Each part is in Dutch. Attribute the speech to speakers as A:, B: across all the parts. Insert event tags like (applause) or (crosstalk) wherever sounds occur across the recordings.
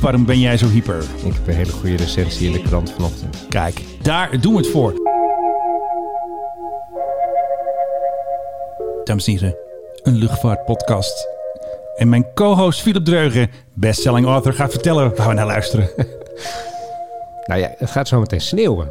A: waarom ben jij zo hyper?
B: Ik heb een hele goede recensie in de krant vanochtend.
A: Kijk, daar doen we het voor. Dames en heren, een luchtvaartpodcast. En mijn co-host Philip Dreugen, bestselling author, gaat vertellen waar we naar luisteren.
B: Nou ja, het gaat zo meteen sneeuwen.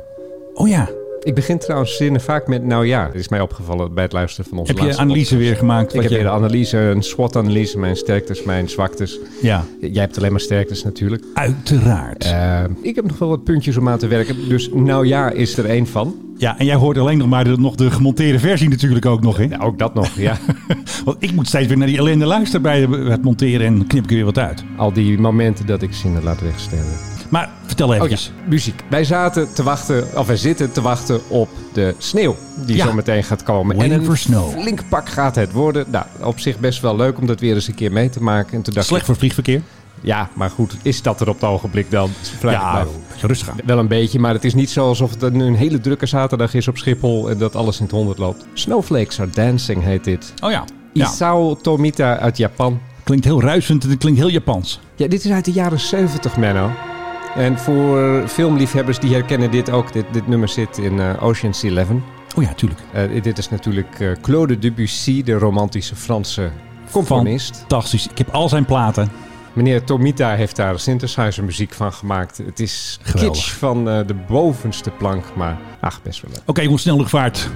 A: Oh ja,
B: Ik begin trouwens zinnen vaak met nou ja. Het is mij opgevallen bij het luisteren van onze
A: heb je
B: laatste
A: analyse weer gemaakt?
B: Ik
A: wat
B: heb
A: je-
B: weer een analyse, een SWOT-analyse, mijn sterktes, mijn zwaktes.
A: Ja,
B: Jij hebt alleen maar sterktes natuurlijk.
A: uiteraard.
B: Eh, ik heb nog wel wat puntjes om aan te werken, dus nou ja is er één van.
A: Ja, en jij hoort alleen nog maar de, nog de gemonteerde versie natuurlijk ook nog, hè?
B: Nou, ook dat nog, ja.
A: (laughs) Want ik moet steeds weer naar die ellende luisteren bij het monteren en knip ik er weer wat uit.
B: Al die momenten dat ik zinnen laat wegsterven.
A: Maar vertel
B: Oh ja,
A: eventjes.
B: muziek. Wij zaten te wachten, of wij zitten te wachten op de sneeuw die
A: Ja.
B: zo meteen gaat komen.
A: Waiting
B: en een
A: for snow.
B: flink pak gaat het worden. Nou, op zich best wel leuk om dat weer eens een keer mee te maken. En toen dacht
A: Slecht voor vliegverkeer.
B: ik, ja, maar goed, is dat er op het ogenblik dan? Vraag ik
A: Ja,
B: mij.
A: rustig aan.
B: Wel een beetje, maar het is niet zo alsof het een, een hele drukke zaterdag is op Schiphol en dat alles in het honderd loopt. Snowflakes are dancing heet dit.
A: Oh ja. ja.
B: Isao Tomita uit Japan.
A: Klinkt heel ruisend en het klinkt heel Japans.
B: Ja, dit is uit de jaren 70, Menno. En voor filmliefhebbers die herkennen dit ook. Dit, dit nummer zit in eh, Ocean's Eleven.
A: Oh ja, tuurlijk.
B: Eh, dit is natuurlijk eh, Claude Debussy, de romantische Franse componist.
A: Fantastisch. Ik heb al zijn platen.
B: Meneer Tomita heeft daar synthesizer muziek van gemaakt. Het is
A: Geweldig.
B: kitsch van eh, de bovenste plank, maar ach, best wel leuk.
A: Oké, jongens, snel luchtvaart.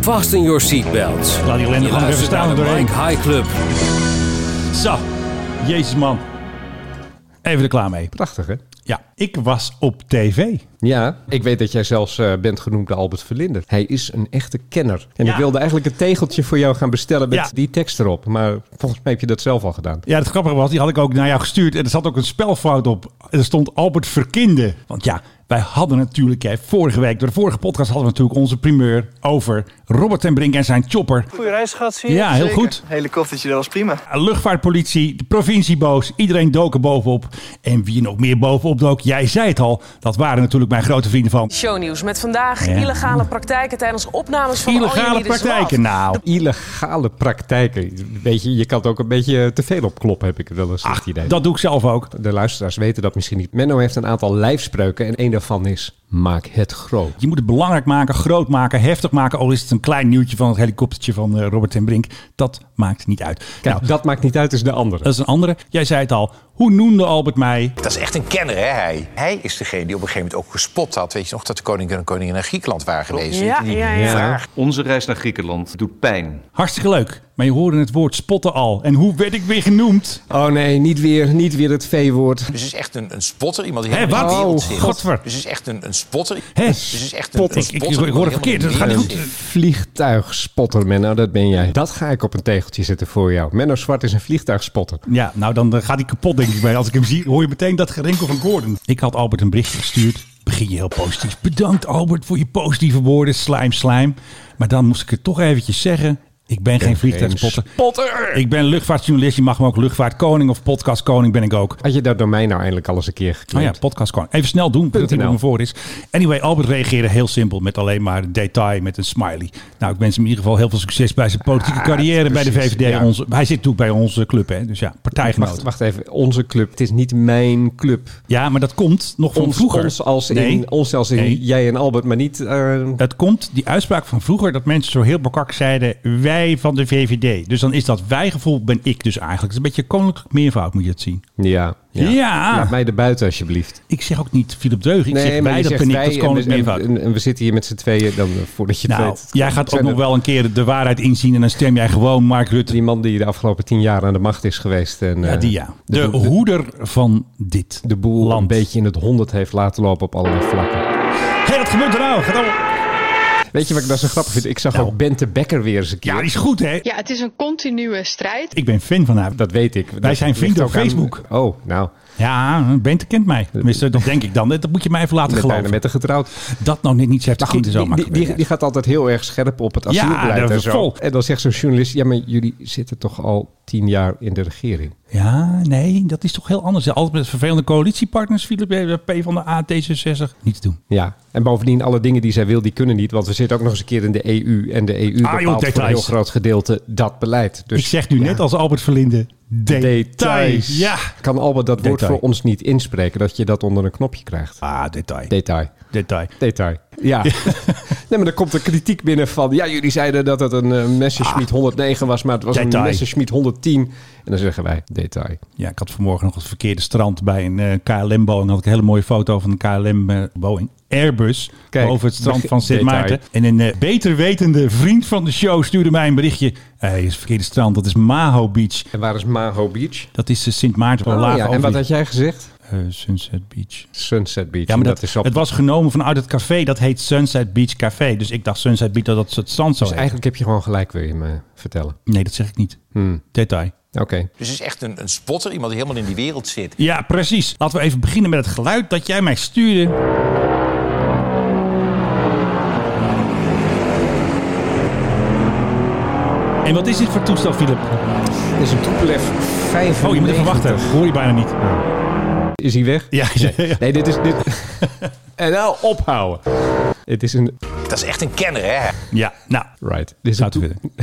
C: Vast in your seatbelts.
A: Laat die ellende
C: Je
A: gewoon even
C: luistert
A: staan
C: naar
A: er
C: de
A: doorheen.
C: Mike High Club.
A: Zo. Jezus, man. Even er klaar mee.
B: Prachtig, hè?
A: Ja, ik was op tv.
B: Ja, ik weet dat jij zelfs eh, bent genoemd de Albert Verlinder. Hij is een echte kenner. En
A: Ja.
B: ik wilde eigenlijk een tegeltje voor jou gaan bestellen met
A: Ja.
B: die tekst erop. Maar volgens mij heb je dat zelf al gedaan.
A: Ja, het grappige was, die had ik ook naar jou gestuurd. En er zat ook een spelfout op. Er stond Albert Verkinde. Want ja, wij hadden natuurlijk, hè, vorige week, door de vorige podcast hadden we natuurlijk onze primeur over Robert ten Brink en zijn chopper.
D: Goeie reis gehad, zie je?
A: Ja, heel
D: Zeker.
A: goed.
D: Hele koffertje, dat was prima.
A: Luchtvaartpolitie, de provincie boos, iedereen dook er bovenop. En wie nog meer bovenop dook, jij zei het al, dat waren natuurlijk mijn grote vrienden van
E: Shownieuws met vandaag
A: Ja.
E: illegale praktijken tijdens opnames van Al
A: illegale
E: Jullie de Zwart.
A: praktijken. Nou,
B: Illegale praktijken. Weet je, je kan het ook een beetje te veel opkloppen, heb ik wel eens het idee.
A: Nou, dat doe ik zelf ook.
B: De luisteraars weten dat misschien niet. Menno heeft een aantal lijfspreuken en één daarvan is... Maak het groot.
A: Je moet het belangrijk maken, groot maken, heftig maken. Al is het een klein nieuwtje van het helikoptertje van eh, Robert ten Brink. Dat maakt niet uit.
B: Kijk,
A: Nou,
B: dat maakt niet uit, is de andere.
A: Dat is een andere. Jij zei het al. Hoe noemde Albert mij?
F: Dat is echt een kenner, hè, hij. Hij is degene die op een gegeven moment ook gespot had... weet je nog, dat de koning en koningin naar Griekenland waren geweest. weet
E: Ja,
F: je, die
E: ja, ja.
F: vraag.
G: Onze reis naar Griekenland doet pijn.
A: Hartstikke leuk. Maar je hoorde het woord spotten al. En hoe werd ik weer genoemd?
B: Oh nee, niet weer, niet weer het V-woord.
F: Dus is echt een, een spotter, iemand die
A: Hé,
F: helemaal
A: wat?
F: in de wereld
A: Oh,
F: zit.
A: godver.
F: Dus is echt een, een spotter.
A: Hè?
F: Dus is echt een,
A: Spot.
F: een
A: Ik- ik-
F: spotter,
A: ik hoor het
F: iemand die
A: verkeerd,
F: helemaal
A: dat
F: in de
A: gaat niet
F: wereld
A: goed.
F: zit.
B: Vliegtuigspotter, Menno, nou, dat ben jij. Dat ga ik op een tegeltje zetten voor jou. Menno Zwart is een vliegtuigspotter.
A: Ja, nou dan eh, gaat hij kapot denk ik bij. Als ik hem zie hoor je meteen dat gerinkel van Gordon. Ik had Albert een berichtje gestuurd. Begin je heel positief. Bedankt Albert voor je positieve woorden. Slijm, slijm. Maar dan moest ik het toch eventjes zeggen. Ik ben geen vliegtuigspotter. Spotter! Ik ben luchtvaartjournalist. Je mag me ook luchtvaartkoning of podcastkoning ben ik ook.
B: Had je dat domein nou eindelijk alles een keer
A: Oh
B: gekend?
A: ja, podcast kan. Even snel doen, voordat hij
B: .nl.
A: er me voor is. Anyway, Albert reageerde heel simpel met alleen maar detail met een smiley. Nou, ik wens hem in ieder geval heel veel succes bij zijn politieke carrière bij de
B: precies,
A: VVD.
B: ja.
A: Onze, hij zit toe bij onze club, hè? Dus ja, partijgenoot.
B: Wacht, wacht even, onze club. Het is niet mijn club.
A: Ja, maar dat komt nog van
B: Ons,
A: vroeger.
B: ons als in,
A: Nee,
B: ons als in
A: Nee.
B: jij en Albert, maar niet... eh,
A: dat komt, die uitspraak van vroeger, dat mensen zo heel bekak zeiden, wij van de VVD. Dus dan is dat wij-gevoel ben ik dus eigenlijk. Het is een beetje koninklijk meervoud, moet je het zien.
B: ja,
A: Ja.
B: Laat mij erbuiten alsjeblieft.
A: Ik zeg ook niet Philip Deug, ik zeg
B: maar
A: wij,
B: je
A: dat
B: zegt
A: ben ik,
B: wij
A: dat is
B: en, we-
A: koninklijk meervoud.
B: en, en- en we zitten hier met z'n tweeën dan eh, voordat je het
A: Nou,
B: weet.
A: jij gaat ook
B: Zijn
A: nog
B: er-
A: wel een keer de waarheid inzien en dan stem jij gewoon Mark Rutte.
B: Die man die de afgelopen tien jaar aan de macht is geweest. En,
A: ja,
B: eh,
A: die ja. De,
B: De, de,
A: hoeder van dit
B: de boel
A: land.
B: een beetje in het honderd heeft laten lopen op allerlei vlakken.
A: Hé, wat gebeurt er nou? Gaat allemaal-
B: Weet je wat ik nou zo grappig vind? Ik zag
A: Nou.
B: ook Bente Becker weer eens een keer.
A: Ja, die is goed, hè?
H: Ja, het is een continue strijd.
A: Ik ben fan van haar.
B: Dat weet ik. Wij
A: zijn vrienden op Facebook.
B: Oh, nou,
A: Ja, Bente kent mij. Tenminste, dat denk ik dan. Dat moet je mij even laten
B: met bijna
A: geloven.
B: met de getrouwd.
A: Dat nou net niet zegt, de
B: Maar goed,
A: kinderen zo
B: die, die,
A: makkelijk.
B: die, die gaat altijd heel erg scherp op het
A: Ja,
B: asielbeleid
A: dat
B: en
A: is
B: zo.
A: vol.
B: En dan zegt zo'n journalist... Ja, maar jullie zitten toch al tien jaar in de regering.
A: Ja, nee, dat is toch heel anders. Altijd met vervelende coalitiepartners, Philip, eh, P van de A, T66. Niet te doen.
B: Ja, en bovendien alle dingen die zij wil, die kunnen niet. Want we zitten ook nog eens een keer in de EU. En de EU
A: Ah, joh,
B: bepaalt voor een heel
A: details.
B: groot gedeelte dat beleid. Dus
A: Ik zeg nu net als Albert Verlinde, details.
B: details.
A: Ja.
B: Kan Albert dat woord
A: Detail.
B: voor ons niet inspreken? Dat je dat onder een knopje krijgt.
A: Ah, detail.
B: Detail.
A: detail.
B: Detail. Ja. (laughs) nee, maar dan komt er kritiek binnen van... Ja, jullie zeiden dat het een eh, Messerschmitt 109 was... maar het was een
A: Ah. Detail.
B: Messerschmitt 110. En dan zeggen wij, detail.
A: Ja, ik had vanmorgen nog het verkeerde strand bij een eh, KLM-Boeing. Had ik een hele mooie foto van een KLM-Boeing. eh, Airbus
B: Kijk,
A: boven het strand
B: begin-
A: van Sint
B: detail.
A: Maarten. En een eh, beter wetende vriend van de show stuurde mij een berichtje. Hé, is het verkeerde strand. Dat is Maho Beach.
B: En waar is Maho Beach?
A: Dat is de Sint Maarten. van
B: Oh,
A: laag
B: ja. En wat had jij gezegd?
A: Sunset Beach.
B: Sunset Beach.
A: Ja, maar dat,
B: is op...
A: het was genomen vanuit het café. Dat heet Sunset Beach Café. Dus ik dacht Sunset Beach dat dat het strand zou
B: Dus
A: heten.
B: eigenlijk heb je gewoon gelijk, wil je me vertellen.
A: Nee, dat zeg ik niet.
B: Hmm.
A: Detail.
B: Oké.
F: Dus het is echt een, een spotter, iemand die helemaal in die wereld zit.
A: Ja, precies. Laten we even beginnen met het geluid dat jij mij stuurde. En wat is dit voor toestel, Philip?
B: Het is een Tupolev 5.
A: Oh, je moet even wachten. Hoor je bijna niet.
B: Is hij weg?
A: Ja, (laughs) ja, ja.
B: Nee, dit is... Dit...
A: (laughs)
B: en nou, ophouden. Het is een...
F: Dat is echt een kenner, hè?
A: Ja, nou,
B: Right. Dit is een
A: zou het willen.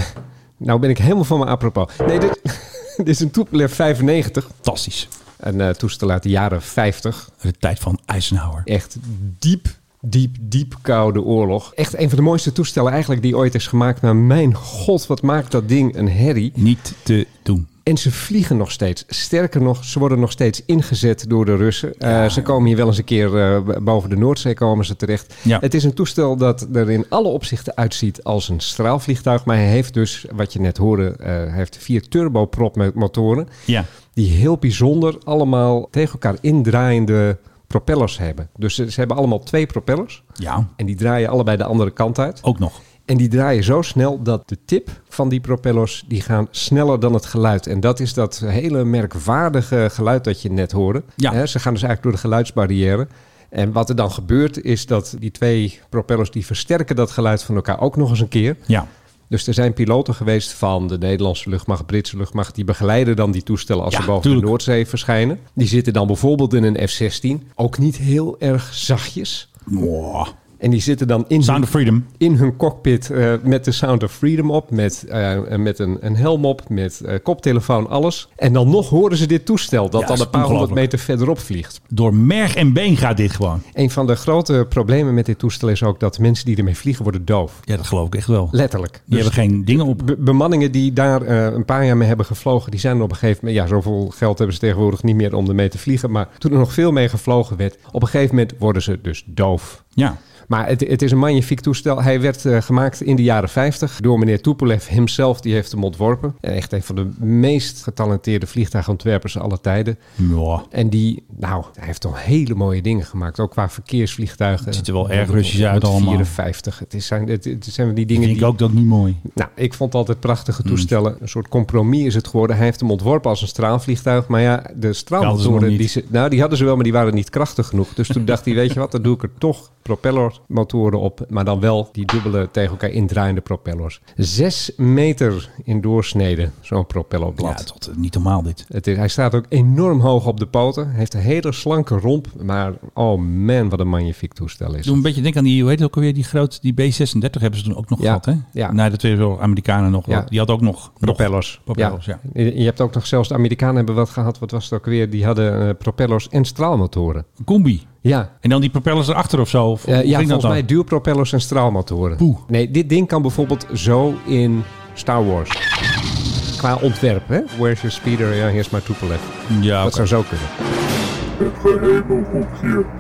B: Nou ben ik helemaal van mijn apropos. Nee, dit, (laughs) dit is een Tupolev 95.
A: Fantastisch.
B: Een eh, toestel uit de jaren 50.
A: De tijd van Eisenhower.
B: Echt diep, diep, diep koude oorlog. Echt een van de mooiste toestellen eigenlijk die ooit is gemaakt. Maar mijn god, wat maakt dat ding een herrie.
A: Niet te doen.
B: En ze vliegen nog steeds. Sterker nog, ze worden nog steeds ingezet door de Russen. Eh, ze komen hier wel eens een keer eh, boven de Noordzee komen ze terecht.
A: Ja.
B: Het is een toestel dat er in alle opzichten uitziet als een straalvliegtuig. Maar hij heeft dus, wat je net hoorde, eh, hij heeft vier turbopropmotoren.
A: Ja.
B: Die heel bijzonder allemaal tegen elkaar indraaiende propellers hebben. Dus ze, ze hebben allemaal twee propellers.
A: Ja,
B: En die draaien allebei de andere kant uit.
A: ook nog.
B: En die draaien zo snel dat de tip van die propellers die gaan sneller dan het geluid. En dat is dat hele merkwaardige geluid dat je net hoorde.
A: Ja.
B: Hè, ze gaan dus eigenlijk door de geluidsbarrière. En wat er dan gebeurt is dat die twee propellers die versterken dat geluid van elkaar ook nog eens een keer.
A: Ja.
B: Dus er zijn piloten geweest van de Nederlandse luchtmacht, Britse luchtmacht, die begeleiden dan die toestellen als
A: Ja,
B: ze boven
A: tuurlijk.
B: de Noordzee verschijnen. Die zitten dan bijvoorbeeld in een F-16, ook niet heel erg zachtjes.
A: Mwah.
B: En die zitten dan in
A: Sound
B: hun
A: of Freedom.
B: in hun cockpit eh, met de Sound of Freedom op, met, eh, met een, een helm op, met eh, koptelefoon, alles. En dan nog horen ze dit toestel dat
A: Ja,
B: dan
A: is
B: een paar honderd
A: ongelooflijk.
B: meter verderop vliegt.
A: Door merg en been gaat dit gewoon.
B: Een van de grote problemen met dit toestel is ook dat de mensen die ermee vliegen worden doof.
A: Ja, dat geloof ik echt wel. Die
B: Letterlijk. Dus
A: hebben geen dingen op.
B: Be- bemanningen die daar eh, een paar jaar mee hebben gevlogen, die zijn er op een gegeven moment, ja, zoveel geld hebben ze tegenwoordig niet meer om ermee te vliegen, maar toen er nog veel mee gevlogen werd, op een gegeven moment worden ze dus doof.
A: Ja.
B: Maar het, het is een magnifiek toestel. Hij werd eh, gemaakt in de jaren 50 door meneer Tupolev himself. Die heeft hem ontworpen. En echt een van de meest getalenteerde vliegtuigontwerpers aller tijden.
A: Mwah.
B: En die, nou, hij heeft al hele mooie dingen gemaakt. Ook qua verkeersvliegtuigen.
A: Het ziet er wel erg Russisch uit allemaal.
B: 54. Het, is zijn, het, het zijn die dingen
A: Vind ik
B: die...
A: ook dat niet mooi.
B: Nou, ik vond altijd prachtige toestellen. Een soort compromis is het geworden. Hij heeft hem ontworpen als een straalvliegtuig. Maar ja, de
A: Hadden ze nog
B: straalmotoren,
A: niet.
B: die, ze, nou, die hadden ze wel, maar die waren niet krachtig genoeg. Dus toen dacht hij, (laughs) weet je wat, dan doe ik er toch propellermotoren op. Maar dan wel die dubbele tegen elkaar indraaiende propellers. Zes meter in doorsnede, zo'n propellerblad.
A: Ja, tot, niet normaal dit.
B: Het is, hij staat ook enorm hoog op de poten. Heeft een hele slanke romp. Maar oh man, wat een magnifiek toestel is.
A: Doe een beetje denken aan die, hoe heet het ook alweer, die grote, die B36 hebben ze toen ook nog
B: Ja,
A: gehad, hè?
B: ja.
A: Nee, dat weer wel Amerikanen nog.
B: Ja.
A: Die had ook nog
B: Propellers.
A: nog propellers, ja.
B: Je je hebt ook nog zelfs de Amerikanen hebben wat gehad. Wat was het ook weer? Die hadden eh, propellers en straalmotoren.
A: Een combi.
B: Ja.
A: En dan die propellers erachter of zo. Of,
B: Eh,
A: hoe ging
B: ja,
A: dat
B: volgens mij
A: dan?
B: duurpropellers en straalmotoren.
A: Poeh.
B: Nee, dit ding kan bijvoorbeeld zo in Star Wars. Qua ontwerp, hè? Where's your speeder? Ja, here's my Tupolev.
A: Ja,
B: Dat
A: oké.
B: zou zo kunnen.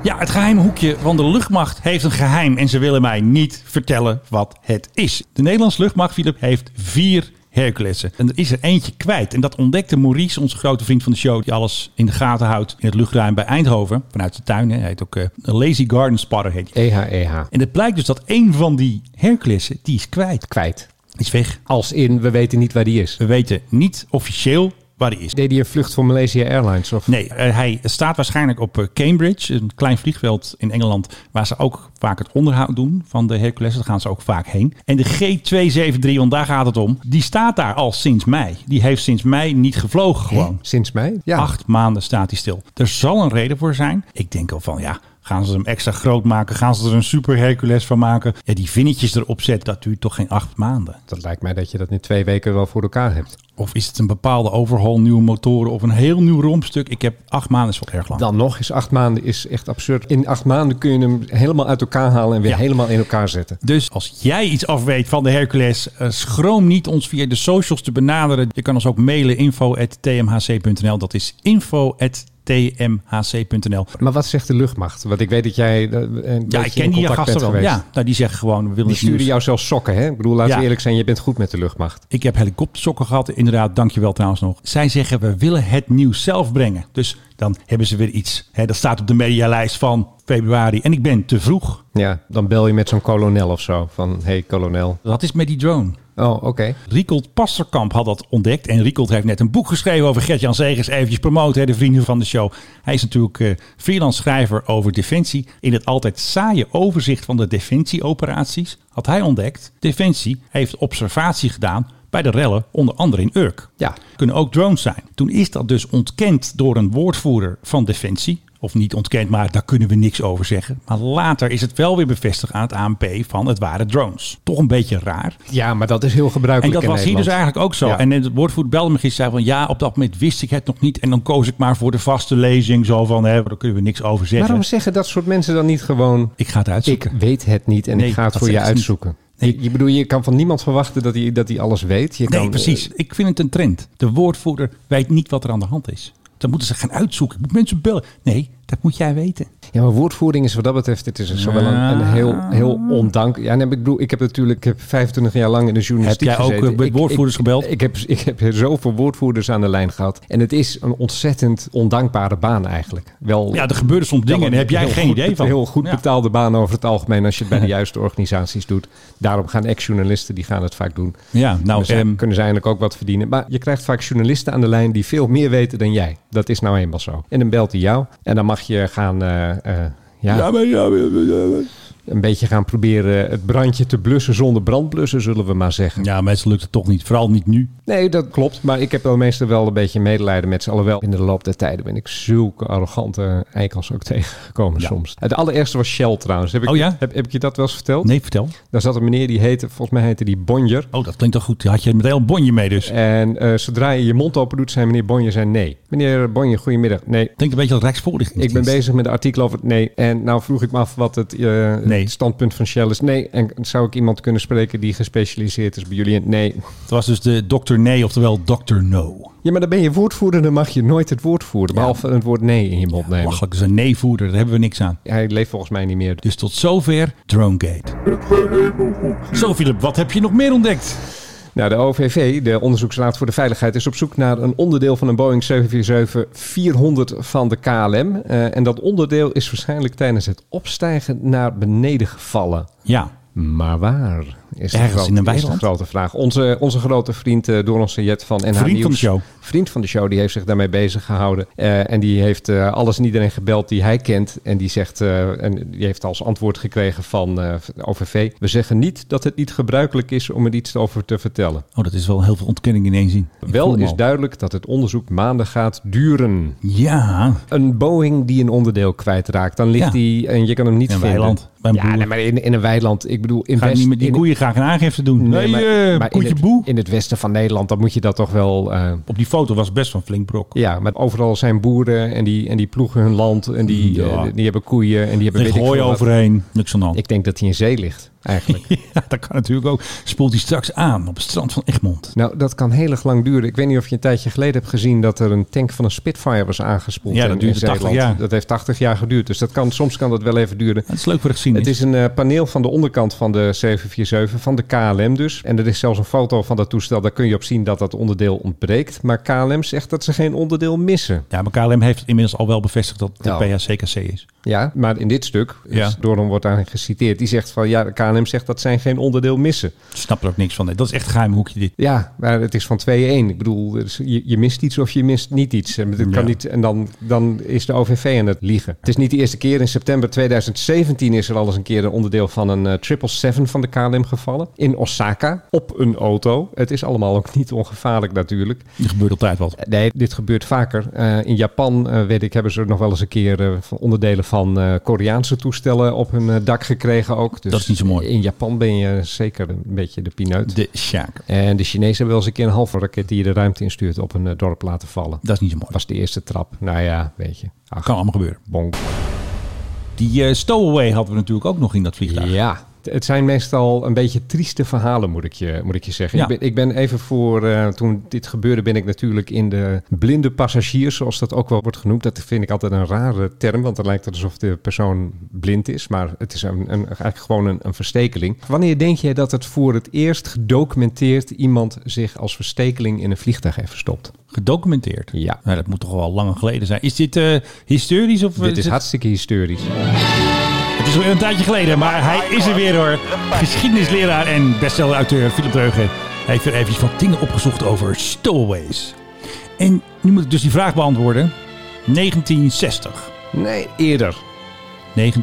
A: ja, het geheime hoekje van de luchtmacht heeft een geheim. En ze willen mij niet vertellen wat het is. De Nederlandse luchtmacht, Philip, heeft vier Herculesen. En er is er eentje kwijt. En dat ontdekte Maurice, onze grote vriend van de show... die alles in de gaten houdt in het luchtruim bij Eindhoven. Vanuit de tuin, hè. Hij heet ook eh, een Lazy Garden Spotter. Heet hij.
B: EH, EH.
A: en het blijkt dus dat één van die Herculesen, die is kwijt.
B: Kwijt.
A: Is weg.
B: Als in, we weten niet waar die is.
A: We weten niet officieel waar hij is.
B: Deed hij een vlucht voor Malaysia Airlines? Of?
A: Nee, eh, hij staat waarschijnlijk op eh, Cambridge, een klein vliegveld in Engeland, waar ze ook vaak het onderhoud doen van de Hercules. Daar gaan ze ook vaak heen. En de G273, want daar gaat het om, die staat daar al sinds mei. Die heeft sinds mei niet gevlogen gewoon.
B: Sinds mei? Ja.
A: Acht maanden staat hij stil. Er zal een reden voor zijn. Ik denk al van ja. Gaan ze hem extra groot maken? Gaan ze er een super Hercules van maken? Ja, die vinnetjes erop zetten, dat duurt toch geen acht maanden?
B: Dat lijkt mij dat je dat in twee weken wel voor elkaar hebt.
A: Of is het een bepaalde overhaul, nieuwe motoren of een heel nieuw rompstuk? Ik heb acht maanden is wel erg lang.
B: Dan nog is acht maanden is echt absurd. In acht maanden kun je hem helemaal uit elkaar halen en weer
A: Ja.
B: helemaal in elkaar zetten.
A: Dus als jij iets afweet van de Hercules, eh, schroom niet ons via de socials te benaderen. Je kan ons ook mailen info.tmhc.nl. Dat is info.tmhc.nl.
B: Maar wat zegt de luchtmacht? Want ik weet dat jij. eh,
A: Ja,
B: een beetje
A: ik
B: in
A: ken die
B: contact
A: gasten
B: bent
A: wel.
B: geweest.
A: Ja, nou, die zeggen gewoon, we willen
B: Die
A: het nieuws.
B: sturen jou zelfs sokken, hè? Ik bedoel, laten
A: Ja.
B: we eerlijk zijn, je bent goed met de luchtmacht.
A: Ik heb helikoptersokken gehad, inderdaad. Dankjewel trouwens nog. Zij zeggen, we willen het nieuws zelf brengen. Dus dan hebben ze weer iets. Hè, dat staat op de medialijst van februari. En ik ben te vroeg.
B: Ja, dan bel je met zo'n kolonel of zo. Van, hé, hey, kolonel.
A: Wat is met die drone?
B: Oh, oké.
A: Riekold Pasterkamp had dat ontdekt. En Riekold heeft net een boek geschreven over Gert-Jan Zegers. Eventjes promoten, hè, de vrienden van de show. Hij is natuurlijk eh, freelance schrijver over defensie. In het altijd saaie overzicht van de defensieoperaties had hij ontdekt... Defensie heeft observatie gedaan bij de rellen, onder andere in Urk.
B: Ja.
A: Kunnen ook drones zijn. Toen is dat dus ontkend door een woordvoerder van Defensie. Of niet ontkend, maar daar kunnen we niks over zeggen. Maar later is het wel weer bevestigd aan het ANP van het waren drones. Toch een beetje raar.
B: Ja, maar dat is heel
A: En
B: gebruikelijk
A: dat
B: in
A: was hier dus
B: Nederland.
A: eigenlijk ook zo.
B: Ja.
A: En het woordvoerder belde me gisteren zei van ja, op dat moment wist ik het nog niet. En dan koos ik maar voor de vaste lezing. Zo van, hè, daar kunnen we niks over zeggen.
B: Waarom zeggen dat soort mensen dan niet gewoon...
A: Ik ga het uitzoeken.
B: Ik weet het niet en
A: Nee,
B: ik ga het
A: dat
B: voor je
A: zeggen ze niet.
B: uitzoeken.
A: Nee.
B: Je, je bedoel, je kan van niemand verwachten dat hij, dat hij alles weet. Je
A: nee,
B: kan, eh,
A: precies. Ik vind het een trend. De woordvoerder weet niet wat er aan de hand is. Dan moeten ze gaan uitzoeken. Ik moet mensen bellen. Nee, dat moet jij weten.
B: Ja, maar woordvoering is wat dat betreft, het is zowel een, een heel, heel ondank. Ja, nee, ik bedoel, ik heb natuurlijk ik heb 25 jaar lang in de journalistiek
A: Heb jij ook,
B: gezeten.
A: eh, met
B: Ik-
A: woordvoerders
B: ik-
A: gebeld?
B: Ik, heb, ik heb zoveel woordvoerders aan de lijn gehad. En het is een ontzettend ondankbare baan eigenlijk. Wel,
A: Ja, er gebeuren soms dingen en daar heb jij
B: heel
A: geen
B: goed-
A: idee van.
B: Heel goed
A: Ja.
B: betaalde baan over het algemeen als je het bij de juiste organisaties doet. Daarom gaan ex-journalisten, die gaan het vaak doen.
A: Ja, nou,
B: Dan zijn-
A: ehm,
B: Dus kunnen ze eigenlijk ook wat verdienen. Maar je krijgt vaak journalisten aan de lijn die veel meer weten dan jij. Dat is nou eenmaal zo. En dan belt hij jou en dan mag je gaan... eh, eh, ja,
A: maar ja, maar- ja, maar-
B: een beetje gaan proberen het brandje te blussen zonder brandblussen, zullen we maar zeggen.
A: Ja, mensen lukt het toch niet. Vooral niet nu.
B: Nee, dat klopt. Maar ik heb wel meestal wel een beetje medelijden met ze. Alhoewel, in de loop der tijden ben ik zulke arrogante eikels ook (laughs) tegengekomen
A: Ja.
B: soms. Het allereerste was Shell trouwens. Heb ik,
A: Oh ja?
B: heb, heb ik je dat wel eens verteld?
A: Nee, vertel.
B: Daar zat een meneer, die heette, volgens mij heette die Bonjer.
A: Oh, dat klinkt toch goed. Had je met een heel bonje mee dus.
B: En eh, zodra je je mond open doet, zei meneer Bonjer zei nee. Meneer Bonjer, goedemiddag. Nee,
A: Denk een beetje als Rijksvoorlichting.
B: Ik ben bezig met een artikel over het nee. En nou vroeg ik me af wat het, eh,
A: Nee.
B: het standpunt van Shell is. Nee. En zou ik iemand kunnen spreken die gespecialiseerd is bij jullie? in het Nee.
A: Het was dus de dokter nee, oftewel dokter no.
B: Ja, maar dan ben je woordvoerder. Dan mag je nooit het woord voeren. Behalve het woord nee in je mond nemen.
A: Belachelijk, dus een nee-voerder, daar hebben we niks aan.
B: Hij leeft volgens mij niet meer.
A: Dus tot zover DroneGate. Zo Philip, wat heb je nog meer ontdekt?
B: Nou, de OVV, de Onderzoeksraad voor de Veiligheid, is op zoek naar een onderdeel van een Boeing 747-400 van de KLM. Eh, en dat onderdeel is waarschijnlijk tijdens het opstijgen naar beneden gevallen.
A: Ja,
B: Maar waar? Is de
A: Ergens
B: grote-
A: in een
B: is de
A: weiland?
B: grote vraag. Onze, onze grote vriend eh Doron Sayed van NH
A: Vriend
B: Nieuws.
A: van de show.
B: Vriend van de show, die heeft zich daarmee bezig gehouden. Eh, en die heeft eh, alles en iedereen gebeld die hij kent. En die, zegt, eh, en die heeft als antwoord gekregen van eh, OVV... we zeggen niet dat het niet gebruikelijk is om er iets over te vertellen.
A: oh, dat is wel heel veel ontkenning in één zin. Ik voel
B: Wel
A: hem
B: is
A: al.
B: duidelijk dat het onderzoek maanden gaat duren.
A: Ja,
B: Een Boeing die een onderdeel kwijtraakt, dan ligt
A: Ja.
B: hij en je kan hem niet
A: In een
B: vinden.
A: weiland, bij een
B: ja,
A: boer.
B: nee, maar in, in een weiland. Ik bedoel, in
A: ga je
B: West-
A: niet met die
B: in-
A: koeien graag een aangifte doen? Nee, eh,
B: maar in,
A: koetje
B: het,
A: boe.
B: in het westen van Nederland, dan moet je dat toch wel. eh,
A: Op die foto was best wel flink brok.
B: ja, maar overal zijn boeren en die, en die ploegen hun land en die,
A: Ja.
B: eh, die hebben koeien en die hebben.
A: Leg
B: weet ik
A: hooi
B: veel wat.
A: overheen, niks aan de hand.
B: Ik denk dat hij in zee ligt, eigenlijk.
A: (laughs) Ja, dat kan natuurlijk ook. Spoelt hij straks aan op het strand van Egmond.
B: nou, dat kan heel erg lang duren. Ik weet niet of je een tijdje geleden hebt gezien dat er een tank van een Spitfire was aangespoeld.
A: Ja, dat
B: in- in
A: duurde 80
B: Zeeland.
A: jaar.
B: Dat heeft 80 jaar geduurd. Dus dat kan, soms kan dat wel even duren.
A: Dat is leuk voor de
B: Het
A: geschiedenis.
B: is een eh, paneel van de onderkant van de 747, van de KLM dus. En er is zelfs een foto van dat toestel, daar kun je op zien dat dat onderdeel ontbreekt. Maar KLM zegt dat ze geen onderdeel missen.
A: Ja, maar KLM heeft inmiddels al wel bevestigd dat het de
B: Ja.
A: PHCKC is.
B: Ja, maar in dit stuk,
A: Ja.
B: dus Doron wordt daarin geciteerd, die zegt van ja, de KLM hem zegt dat zij geen onderdeel missen.
A: Ik snap er ook niks van. Nee, Dat is echt een geheim hoekje dit.
B: Ja, maar het is van 2-1. Ik bedoel, dus je, je mist iets of je mist niet iets. En, dat kan
A: Ja.
B: niet, en dan, dan is de OVV aan het liegen. Het is niet de eerste keer. In september 2017 is er al eens een keer een onderdeel van een eh, 777 van de KLM gevallen. In Osaka, op een auto. Het is allemaal ook niet ongevaarlijk natuurlijk.
A: Er gebeurt altijd wat.
B: Nee, dit gebeurt vaker. Eh, in Japan, eh, weet ik, hebben ze er nog wel eens een keer eh, van onderdelen van eh, Koreaanse toestellen op hun eh, dak gekregen ook. Dus
A: Dat is niet zo mooi.
B: In Japan ben je zeker een beetje de pineut.
A: De Sjaak.
B: En de Chinezen hebben wel eens een keer een halve raket die je de ruimte instuurt op een eh, dorp laten vallen.
A: Dat is niet zo mooi.
B: was de eerste trap. Nou ja, weet je. Ach,
A: Kan allemaal gebeuren.
B: bonk.
A: Die eh, stowaway hadden we natuurlijk ook nog in dat vliegtuig.
B: Ja. Het zijn meestal een beetje trieste verhalen, moet ik je, moet ik je zeggen.
A: Ja.
B: Ik, ben, ik ben even voor, eh, toen dit gebeurde, ben ik natuurlijk in de blinde passagiers, zoals dat ook wel wordt genoemd. Dat vind ik altijd een rare term, want dan lijkt het alsof de persoon blind is. Maar het is een, een, eigenlijk gewoon een, een verstekeling. Wanneer denk jij dat het voor het eerst gedocumenteerd iemand zich als verstekeling in een vliegtuig heeft verstopt?
A: Gedocumenteerd.
B: Ja.
A: Nou, dat moet toch wel lang geleden zijn. Is dit eh, historisch? Of
B: Dit is
A: het,
B: hartstikke historisch.
A: het is alweer een tijdje geleden, maar hij is er weer hoor. Geschiedenisleraar en bestsellerauteur Philip Dreugen heeft er eventjes wat dingen opgezocht over stowaways. En nu moet ik dus die vraag beantwoorden. 1960.
B: Nee, eerder.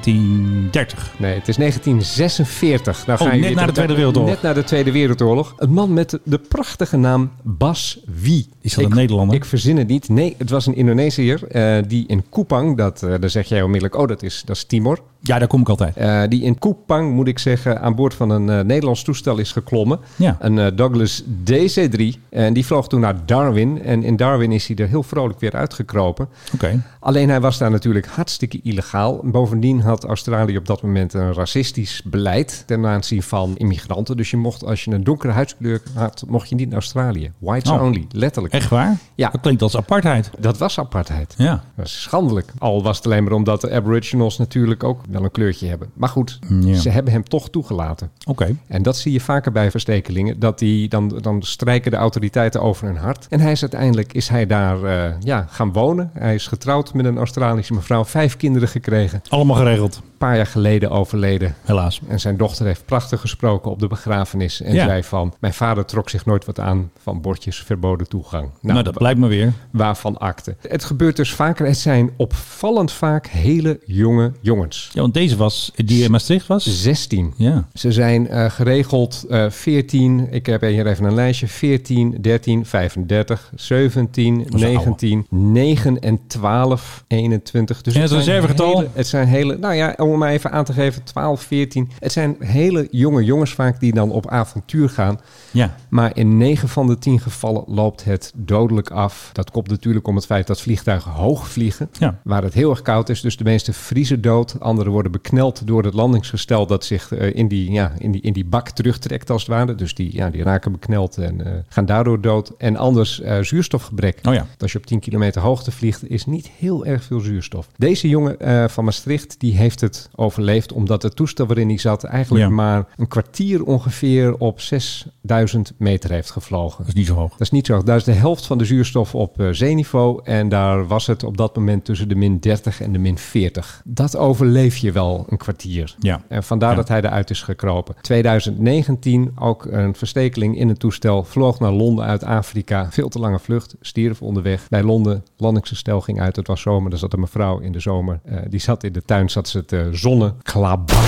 A: 1930.
B: Nee, het is 1946. Nou
A: Oh,
B: je
A: net
B: weer
A: na de
B: terug-
A: Tweede Wereldoorlog.
B: Net na de Tweede Wereldoorlog. Een man met de prachtige naam Bas Wie.
A: Is dat
B: Ik-
A: een Nederlander?
B: Ik verzin het niet. Nee, het was een Indonesiër eh, die in Kupang, dat, eh, daar zeg jij onmiddellijk, oh dat is, dat is Timor.
A: Ja, daar kom ik altijd.
B: Eh, die in Kupang, moet ik zeggen, aan boord van een eh, Nederlands toestel is geklommen.
A: Ja.
B: Een eh, Douglas DC-3. En die vloog toen naar Darwin. En in Darwin is hij er heel vrolijk weer uitgekropen.
A: Oké.
B: Alleen hij was daar natuurlijk hartstikke illegaal. Bovendien had Australië op dat moment een racistisch beleid ten aanzien van immigranten. Dus je mocht, als je een donkere huidskleur had, mocht je niet naar Australië. Whites
A: Oh.
B: only, letterlijk.
A: Echt waar?
B: Ja.
A: Dat klinkt als apartheid.
B: Dat was apartheid.
A: Ja.
B: Dat was schandelijk. Al was het alleen maar omdat de aboriginals natuurlijk ook wel een kleurtje hebben. Maar goed,
A: Ja.
B: ze hebben hem toch toegelaten.
A: Oké.
B: En dat zie je vaker bij verstekelingen. Dat die, dan, dan strijken de autoriteiten over hun hart. En hij is uiteindelijk is hij daar eh, ja, gaan wonen. Hij is getrouwd met een Australische mevrouw. Vijf kinderen gekregen.
A: Allemaal geregeld.
B: Een paar jaar geleden overleden.
A: Helaas.
B: En zijn dochter heeft prachtig gesproken op de begrafenis. En
A: Ja.
B: zei van, mijn vader trok zich nooit wat aan van bordjes verboden toegang.
A: Nou, dat blijkt me weer.
B: waarvan akte. Het gebeurt dus vaker. Het zijn opvallend vaak hele jonge jongens.
A: Ja, want deze was, die in Maastricht was.
B: 16.
A: Ja.
B: Ze zijn eh, geregeld eh 14, ik heb hier even een lijstje, 14, 13, 35, 17,
A: is een
B: 19, 9 en 12, 21. Dus
A: En het
B: zijn
A: reservegetal?
B: hele- Het zijn hele, nou ja, om maar even aan te geven, 12, 14. Het zijn hele jonge jongens vaak die dan op avontuur gaan.
A: Ja.
B: Maar in 9 van de 10 gevallen loopt het dodelijk af. Dat komt natuurlijk om het feit dat vliegtuigen hoog vliegen.
A: Ja.
B: Waar het heel erg koud is. Dus de meeste vriezen dood. Anderen worden bekneld door het landingsgestel dat zich eh, in, die, ja, in, die, in die bak terugtrekt als het ware. Dus die, ja, die raken bekneld en eh, gaan daardoor dood. En anders eh, zuurstofgebrek.
A: Oh ja.
B: Als je op 10 kilometer hoogte vliegt, is niet heel erg veel zuurstof. Deze jongen eh, van Maastricht, die heeft het overleefd omdat het toestel waarin hij zat eigenlijk
A: Ja.
B: maar een kwartier ongeveer op 6000 meter heeft gevlogen.
A: Dat is niet zo hoog.
B: Dat is niet zo. Daar is de helft van de zuurstof op eh, zeeniveau. En daar was het op dat moment tussen de min 30 en de min 40. Dat overleef je wel een kwartier.
A: Ja.
B: En vandaar
A: Ja.
B: dat hij eruit is gekropen. 2019 ook een verstekeling in een toestel. Vloog naar Londen uit Afrika. Veel te lange vlucht. Stierf onderweg. Bij Londen, landingsgestel ging uit. Het was zomer. Daar zat een mevrouw in de zomer. eh, die zat in de tuin. Zat ze te zonnen. Klabang.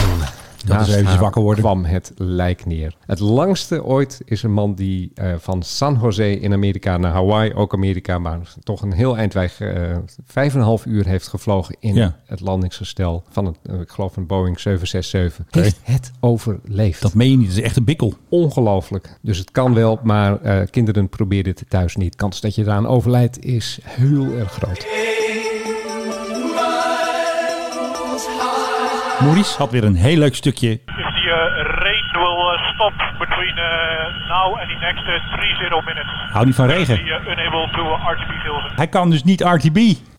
A: Dat is
B: Naast
A: eventjes
B: haar
A: wakker worden.
B: kwam het lijk neer. Het langste ooit is een man die eh, van San Jose in Amerika naar Hawaii, ook Amerika, maar toch een heel eind weg, eh, vijf en een half uur heeft gevlogen in
A: Ja.
B: het landingsgestel van, een, eh, ik geloof een Boeing 767. Heeft het overleefd.
A: Dat meen je niet. Dat is echt een bikkel.
B: Ongelooflijk. Dus het kan wel, maar eh, kinderen probeer dit thuis niet. De kans dat je eraan overlijdt is heel erg groot.
A: Maurice had weer een heel leuk stukje.
D: If the uh, rain will uh, stop between uh, now and the next uh, 30 minutes,
A: Hou niet van
D: the
A: regen.
D: uh, unable to uh, RTB Hilversum.
A: Hij kan dus niet RTB.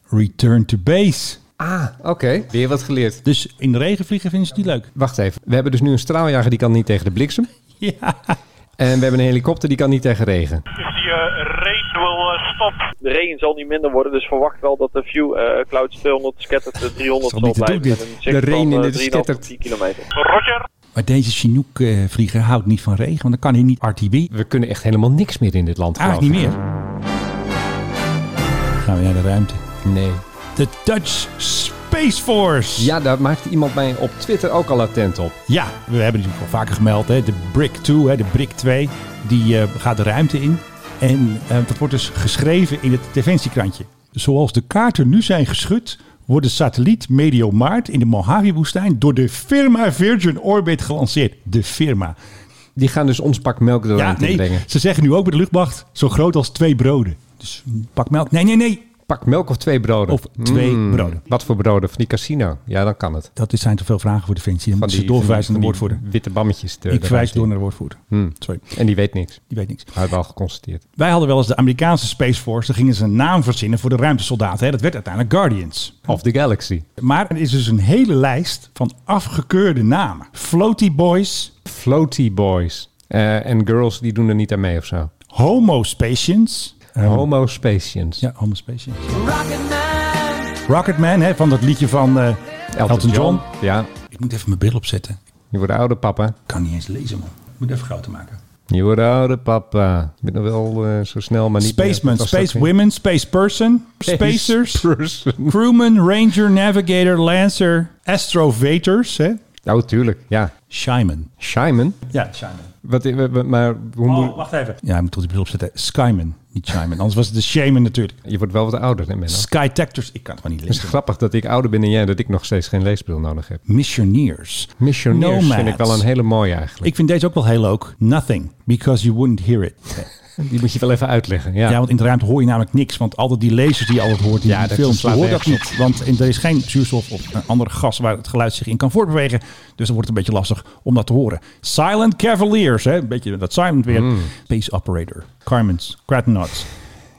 A: Return to base.
B: Ah, oké. Weer wat geleerd.
A: Dus in de regen vliegen vinden ze het niet leuk.
B: Wacht even. We hebben dus nu een straaljager die kan niet tegen de bliksem.
A: Ja.
B: En we hebben een helikopter die kan niet tegen regen.
D: If the uh, rain will uh, stop
I: De regen zal niet minder worden, dus verwacht wel dat de view eh, clouds 200 scattert eh, 300
A: Zal
I: zal,
A: niet te doen,
I: blijven.
A: dit.
I: met een zicht
B: De rain
I: van,
B: in
I: eh,
B: het
I: 3,5 tot
B: scattert.
I: 10 kilometer.
D: Roger,
A: Oké. Maar deze Chinook-vlieger houdt niet van regen, want dan kan hij niet RTB.
B: We kunnen echt helemaal niks meer in dit land. geloof
A: Eigenlijk niet
B: ik.
A: meer. Gaan we naar de ruimte.
B: Nee.
A: De Dutch Space Force.
B: Ja, daar maakt iemand mij op Twitter ook al attent op.
A: Ja, we hebben het al vaker gemeld. Hè. De Brick 2, hè, de Brick 2, die eh, gaat de ruimte in. En eh, dat wordt dus geschreven in het Defensiekrantje. Zoals de kaarten nu zijn geschud, wordt de satelliet medio maart in de Mojave-woestijn door de firma Virgin Orbit gelanceerd. De firma.
B: Die gaan dus ons pak melk de
A: Ja,
B: ruimte in
A: nee,
B: brengen.
A: ze zeggen nu ook bij de luchtmacht zo groot als twee broden. Dus een pak melk. Nee, nee, nee.
B: Pak melk of twee broden?
A: Of twee broden.
B: Wat Hmm. voor broden? Van die casino? Ja, dan kan het.
A: Dat is- zijn te veel vragen voor Defensie. Dan
B: Van
A: moeten
B: die,
A: ze doorverwijzen naar de
B: van die- van
A: woordvoerder.
B: die Witte bammetjes. de- Hmm.
A: Ik
B: de
A: verwijs
B: ruimte
A: door
B: in.
A: naar de woordvoerder. Sorry,
B: En die weet niks.
A: die weet niks.
B: Hij had al geconstateerd.
A: Wij hadden wel eens de Amerikaanse Space Force. Daar gingen ze een naam verzinnen voor de ruimtesoldaten. Hè. Dat werd uiteindelijk Guardians.
B: Of the Galaxy.
A: Maar er is dus een hele lijst van afgekeurde namen. Floaty Boys,
B: Floaty boys. Eh, En girls die doen er niet aan mee of zo.
A: Homo Spacians.
B: Homo spacians.
A: Ja, Homo Spacians. Rocketman. Rocketman, hè, van dat liedje van eh, Elton, John.
B: Ja,
A: Ik moet even mijn bril opzetten.
B: je wordt oude papa.
A: Ik kan niet eens lezen, man. Ik moet even groter maken.
B: Je wordt oude papa. Je bent nog wel eh, zo snel, maar niet
A: Spaceman,
B: meer. Dat was dat
A: Space
B: weer.
A: Women, Space Person, Spacers,
B: Person.
A: Crewman, Ranger, Navigator, Lancer, Astrovators, hè?
B: (laughs) Oh, tuurlijk. Ja.
A: Shyman.
B: Shyman.
A: Ja, Shyman.
B: Wat, wat- wat- maar hoe moet-
A: wacht even. Ja, ik moet tot die bril opzetten. Skyman, niet Shyman. Anders was het de Shaman natuurlijk.
B: Je wordt wel wat ouder, hè, Menno?
A: Skytectors, ik kan het maar niet
B: Het is
A: lezen.
B: grappig dat ik ouder ben dan jij, dat ik nog steeds geen leesbril nodig heb.
A: Missioneers.
B: Missionaires
A: Nomads.
B: vind ik wel een hele mooie eigenlijk.
A: Ik vind deze ook wel heel leuk. Nothing, because you wouldn't hear it.
B: die moet je wel even uitleggen. Ja.
A: Ja, want in de ruimte hoor je namelijk niks. Want altijd die lasers die je altijd hoort in
B: Ja,
A: die
B: dat
A: films, je
B: slaat
A: hoort dat
B: nergens
A: niet. Want en er is geen zuurstof of een ander gas waar het geluid zich in kan voortbewegen. Dus dan wordt het een beetje lastig om dat te horen. Silent Cavaliers, hè? een beetje dat silent weer.
B: Mm.
A: Space Operator, Carmens, Kratenauts,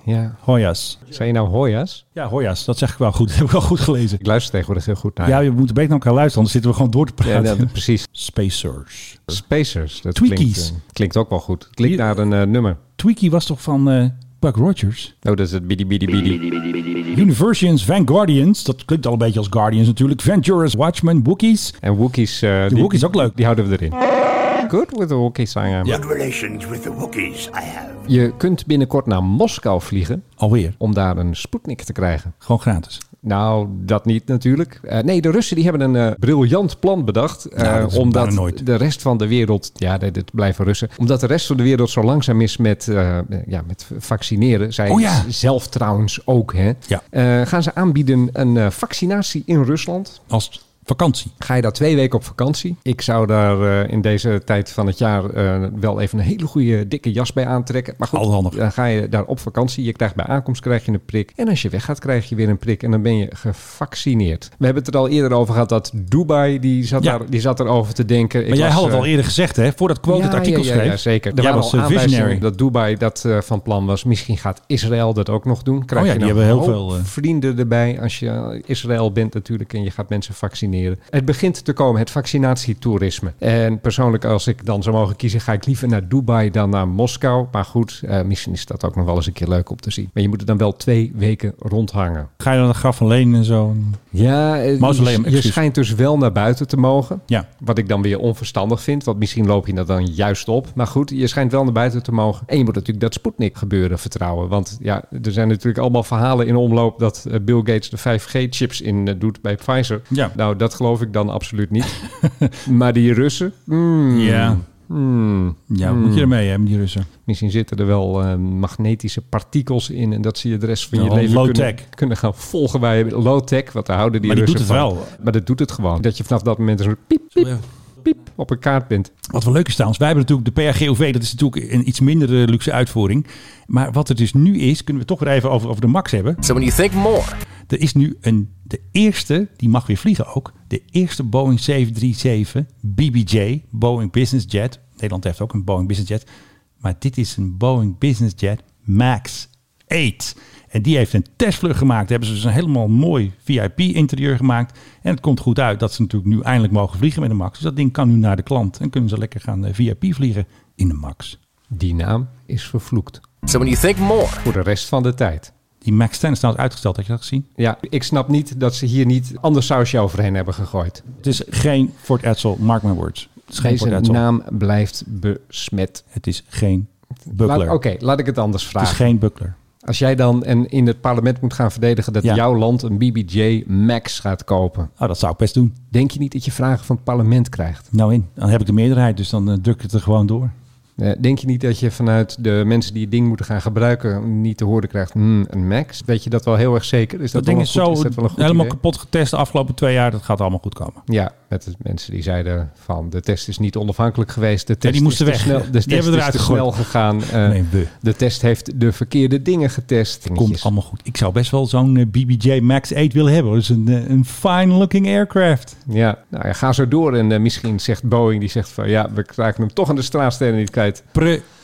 B: ja.
A: Hoyas.
B: Zijn je nou hoya's?
A: Ja, Hoyas, dat zeg ik wel goed. (laughs) Dat heb ik wel goed gelezen.
B: Ik luister tegenwoordig heel goed naar
A: Ja,
B: je.
A: we moeten beter naar elkaar luisteren, anders zitten we gewoon door te
B: Ja,
A: praten.
B: ja, precies.
A: Spacers.
B: Spacers. Dat
A: Tweakies.
B: Klinkt, eh, klinkt ook wel goed. Het Klinkt naar een eh, nummer.
A: Tweaky was toch van eh Buck Rogers?
B: Oh, dat is het bidi bidi bidi.
A: Universians, Vanguardians, dat klinkt al een beetje als Guardians natuurlijk. Venturers, Watchmen, Wookiees.
B: En Wookiees. eh, die,
A: Wookiees ook leuk.
B: Die houden we erin. Good with the Wookiees, I am.
A: Ja.
B: Je kunt binnenkort naar Moskou vliegen
A: Alweer.
B: om daar een Sputnik te krijgen.
A: Gewoon gratis.
B: Nou, dat niet natuurlijk. Eh, nee, de Russen die hebben een eh, briljant plan bedacht. eh,
A: Nou, dat is
B: omdat
A: bijna nooit.
B: de rest van de wereld. Ja, nee, dit blijven Russen. Omdat de rest van de wereld zo langzaam is met, eh, ja, met vaccineren. Zij
A: Oh ja.
B: zelf trouwens ook. Hè,
A: Ja.
B: Eh, gaan ze aanbieden een eh, vaccinatie in Rusland?
A: Als vakantie.
B: Ga je daar twee weken op vakantie? Ik zou daar eh, in deze tijd van het jaar eh, wel even een hele goede dikke jas bij aantrekken. Maar goed,
A: Altijd handig.
B: dan ga je daar op vakantie. Je krijgt bij aankomst krijg je een prik. En als je weggaat krijg je weer een prik. En dan ben je gevaccineerd. We hebben het er al eerder over gehad dat Dubai, die zat,
A: Ja.
B: daar, die zat erover te denken.
A: Maar jij had het al eerder gezegd, hè? Voordat Quote het artikel
B: eh, ja, ja,
A: schreef.
B: Ja, zeker. Er
A: Jij
B: waren
A: was
B: al
A: eh, visionary.
B: aanwijzingen dat Dubai dat eh, van plan was. Misschien gaat Israël dat ook nog doen. Krijg
A: Oh ja,
B: je
A: die
B: nog
A: hebben heel
B: een hoop
A: veel, eh.
B: vrienden erbij als je eh, Israël bent natuurlijk en je gaat mensen vaccineren. Het begint te komen, het vaccinatietoerisme. En persoonlijk, als ik dan zou mogen kiezen, ga ik liever naar Dubai dan naar Moskou. Maar goed, eh, misschien is dat ook nog wel eens een keer leuk om te zien. Maar je moet er dan wel twee weken rondhangen.
A: Ga je dan naar Graf van Leen en zo?
B: Ja, eh,
A: Mausoleum,
B: je, je
A: excuus.
B: schijnt dus wel naar buiten te mogen.
A: Ja.
B: Wat ik dan weer onverstandig vind, want misschien loop je dat dan juist op. Maar goed, je schijnt wel naar buiten te mogen. En je moet natuurlijk dat Sputnik gebeuren vertrouwen. Want ja, er zijn natuurlijk allemaal verhalen in omloop dat eh, Bill Gates de 5G-chips in eh, doet bij Pfizer.
A: Ja.
B: Nou, dat geloof ik dan absoluut niet. (laughs) maar die Russen, mm,
A: Ja.
B: mm,
A: Ja, wat moet je ermee hebben, die Russen?
B: misschien zitten er wel eh, magnetische partikels in. En dat zie je de rest van je
A: Ja,
B: leven
A: low-tech.
B: kunnen, kunnen gaan volgen bij low-tech. Wat daar houden die
A: Maar die
B: Russen
A: doet het
B: van.
A: wel.
B: Maar dat doet het gewoon. Dat je vanaf dat moment een piep, piep, piep op een kaart bent.
A: Wat wel leuk is trouwens, wij hebben natuurlijk de PRGOV, dat is natuurlijk een iets minder eh, luxe uitvoering. Maar wat er dus nu is, kunnen we toch weer even over, over de Max hebben.
C: So when you think more,
A: Er is nu een, de eerste, die mag weer vliegen ook, de eerste Boeing 737 BBJ, Boeing Business Jet. Nederland heeft ook een Boeing Business Jet. Maar dit is een Boeing Business Jet MAX 8. En die heeft een testvlucht gemaakt. Daar hebben ze dus een helemaal mooi VIP-interieur gemaakt. En het komt goed uit dat ze natuurlijk nu eindelijk mogen vliegen met de MAX. Dus dat ding kan nu naar de klant. En kunnen ze lekker gaan eh, VIP vliegen in de MAX.
B: Die naam is vervloekt.
C: so when you think more,
B: Voor de rest van de tijd.
A: Die MAX 10 is trouwens uitgesteld, had je dat gezien?
B: Ja, ik snap niet dat ze hier niet ander sausje overheen hebben gegooid.
A: Het is geen Fort Edsel, mark my words. Scheepvaart
B: Deze
A: Duitsland.
B: naam blijft besmet.
A: Het is geen
B: Laat-
A: buckler.
B: Oké, laat ik het anders
A: Het is
B: vragen.
A: geen buckler.
B: Als jij dan en in het parlement moet gaan verdedigen dat
A: Ja.
B: jouw land een BBJ Max gaat kopen,
A: Oh, dat zou ik best doen.
B: denk je niet dat je vragen van het parlement krijgt?
A: Nou in, dan heb ik de meerderheid, dus dan eh, druk ik het er gewoon door.
B: Eh, Denk je niet dat je vanuit de mensen die het ding moeten gaan gebruiken niet te horen krijgt, hmm, een Max? Weet je dat wel heel erg zeker? Is
A: Dat,
B: dat,
A: ding
B: wel
A: is
B: een goed,
A: zo
B: is dat wel een goed
A: helemaal
B: idee?
A: kapot getest de afgelopen twee jaar. Dat gaat allemaal goed komen.
B: Ja, met de mensen die zeiden van de test is niet onafhankelijk geweest. De test
A: die moesten
B: is
A: weg.
B: Te snel, de
A: Die
B: test
A: hebben
B: is
A: eruit
B: te
A: gegooid.
B: snel gegaan. Eh,
A: nee, we.
B: De test heeft de verkeerde dingen getest.
A: Komt allemaal goed. Ik zou best wel zo'n eh, BBJ Max 8 willen hebben. Dat is een, eh, een fine looking aircraft.
B: Ja, nou ja, ga zo door. En eh, misschien zegt Boeing, die zegt van... ja, we raken hem toch aan de straatstenen niet kwijt.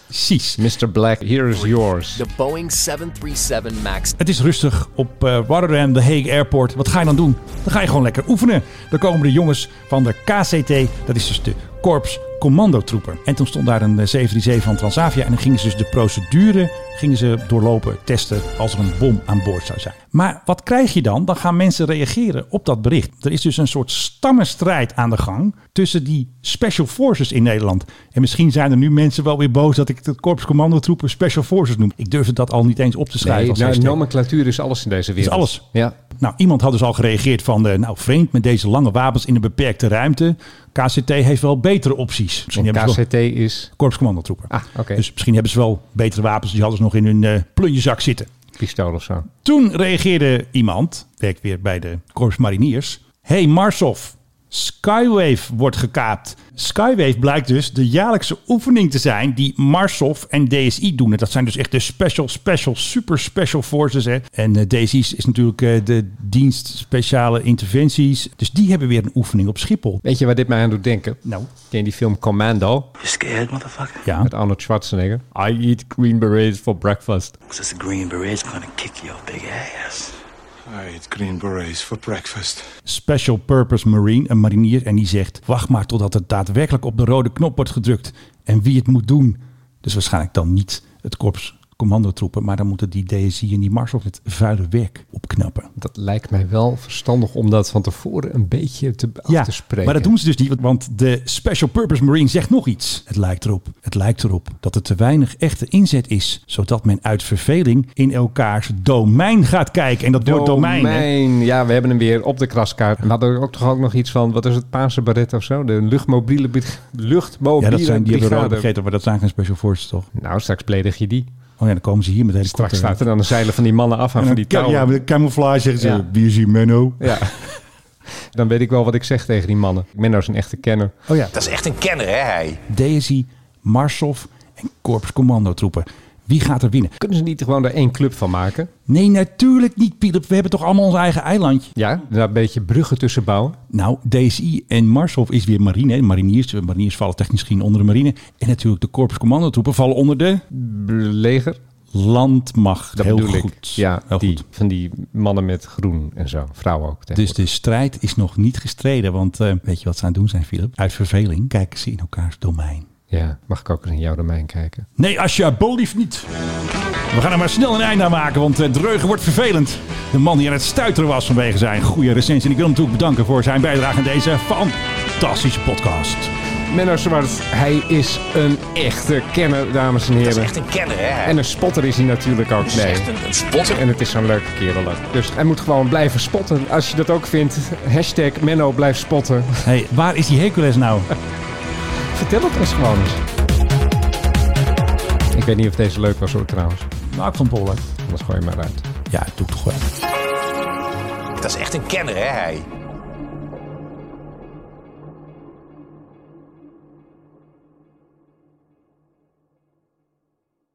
A: Precies.
B: Mr. Black, here is yours.
C: The Boeing 737 MAX.
A: Het is rustig op eh, Rotterdam, de Hague Airport. Wat ga je dan doen? Dan ga je gewoon lekker oefenen. Dan komen de jongens van de KCT, dat is dus de Korps Commandotroepen. En toen stond daar een eh, 737 van Transavia en dan gingen ze dus de procedure gingen ze doorlopen, testen als er een bom aan boord zou zijn. Maar wat krijg je dan? Dan gaan mensen reageren op dat bericht. Er is dus een soort stammenstrijd aan de gang tussen die special forces in Nederland. En misschien zijn er nu mensen wel weer boos dat ik het Korps Commandotroepen special forces noem. Ik durfde dat al niet eens op te schrijven.
B: Nee,
A: als
B: nou,
A: hashtag.
B: nomenclatuur is alles in deze wereld.
A: alles.
B: Ja.
A: Nou, iemand had dus al gereageerd van, eh, nou vreemd met deze lange wapens in een beperkte ruimte. KCT heeft wel betere opties. Misschien
B: En
A: hebben ze wel
B: KCT is
A: korpscommandotroepen.
B: Ah, oké.
A: Dus misschien hebben ze wel betere wapens. Die hadden ze nog in hun eh plunjezak zitten.
B: pistool of zo.
A: Toen reageerde iemand, werkt weer bij de Korps Mariniers. hey Marsov, Skywave wordt gekaapt. Skywave blijkt dus de jaarlijkse oefening te zijn die Marsov en DSI doen. En dat zijn dus echt de special, special, super special forces. Hè. En eh, DSI is natuurlijk eh, de dienst speciale interventies. Dus die hebben weer een oefening op Schiphol.
B: Weet je waar dit mij aan doet denken?
A: Nou,
B: Ken je die film Commando
J: You scared, motherfucker?
A: ja.
B: met Arnold Schwarzenegger? I eat green berets for breakfast.
J: Because this green beret's gonna kick your big ass.
D: I eat green berets for breakfast.
A: Special Purpose Marine, een marinier, en die zegt: Wacht maar totdat het daadwerkelijk op de rode knop wordt gedrukt en wie het moet doen. Dus waarschijnlijk dan niet het korps commandotroepen, maar dan moeten die DSI en die Marshal het vuile werk opknappen.
B: Dat lijkt mij wel verstandig om dat van tevoren een beetje te, af te spreken.
A: maar dat doen ze dus niet, want- want de Special Purpose Marine zegt nog iets. Het lijkt erop, het lijkt erop dat er te weinig echte inzet is, zodat men uit verveling in elkaars domein gaat kijken. En dat woord domein, hè,
B: Domein. Ja, we hebben hem weer op de kraskaart. We hadden er ook toch ook nog iets van, wat is het, Paarse Baret of zo? De luchtmobiele, bri- luchtmobiele
A: Ja, dat zijn die hebben rood
B: brigade.
A: vergeten, maar dat zijn geen Special Forces toch?
B: Nou, straks pledig je die.
A: Oh ja, dan komen ze hier met hele
B: Straks
A: korte-
B: staat er dan de zeilen van die mannen af aan van die touwen.
A: Ja,
B: Ja,
A: met de camouflage zeggen ze,
B: Ja.
A: wie is hier Menno?
B: (laughs) Dan weet ik wel wat ik zeg tegen die mannen. Ik ben nou zo'n echte kenner.
A: Oh ja.
F: Dat is echt een kenner, hè, hij.
A: Daisy, Marsov en Korps Commandotroepen. Wie gaat er winnen?
B: Kunnen ze niet gewoon er één club van maken?
A: Nee, natuurlijk niet, Philip. We hebben toch allemaal ons eigen eilandje?
B: Ja, daar een beetje bruggen tussen bouwen.
A: Nou, DSI en Marshof is weer marine. hè. Mariniers, de mariniers vallen technisch gezien onder de marine. En natuurlijk de korps commandotroepen vallen onder de
B: B- Leger,
A: landmacht.
B: dat
A: Heel
B: bedoel
A: goed.
B: ik. Ja,
A: Heel
B: die,
A: goed.
B: van die mannen met groen en zo. Vrouwen ook.
A: Dus
B: tegenwoordig.
A: de strijd is nog niet gestreden. Want eh, weet je wat ze aan het doen zijn, Philip? Uit verveling kijken ze in elkaars domein.
B: Ja, mag ik ook eens in jouw domein kijken?
A: Nee, alsjeblieft niet. We gaan er maar snel een eind aan maken, want eh, Dreugen wordt vervelend. De man die aan het stuiteren was vanwege zijn goede recensie. En ik wil hem natuurlijk bedanken voor zijn bijdrage aan deze fantastische podcast.
B: Menno Zwart, hij is een echte kenner, dames en
F: Dat is
B: heren.
F: echt een kenner, hè, hij.
B: En een spotter is hij natuurlijk ook.
F: Dat is
B: Nee.
F: echt een, een spotter.
B: En het is zo'n leuke kerel. ook. Dus hij moet gewoon blijven spotten. Als je dat ook vindt, hashtag Menno blijft spotten. (laughs)
A: hey, waar is die Hercules (laughs) nou?
B: Vertel het ons gewoon eens. Ik weet niet of deze leuk was hoor trouwens.
A: Mark van Polen.
B: Anders gooi je maar uit.
A: Ja, doe toch wel.
F: Dat is echt een kenner, hè, hij.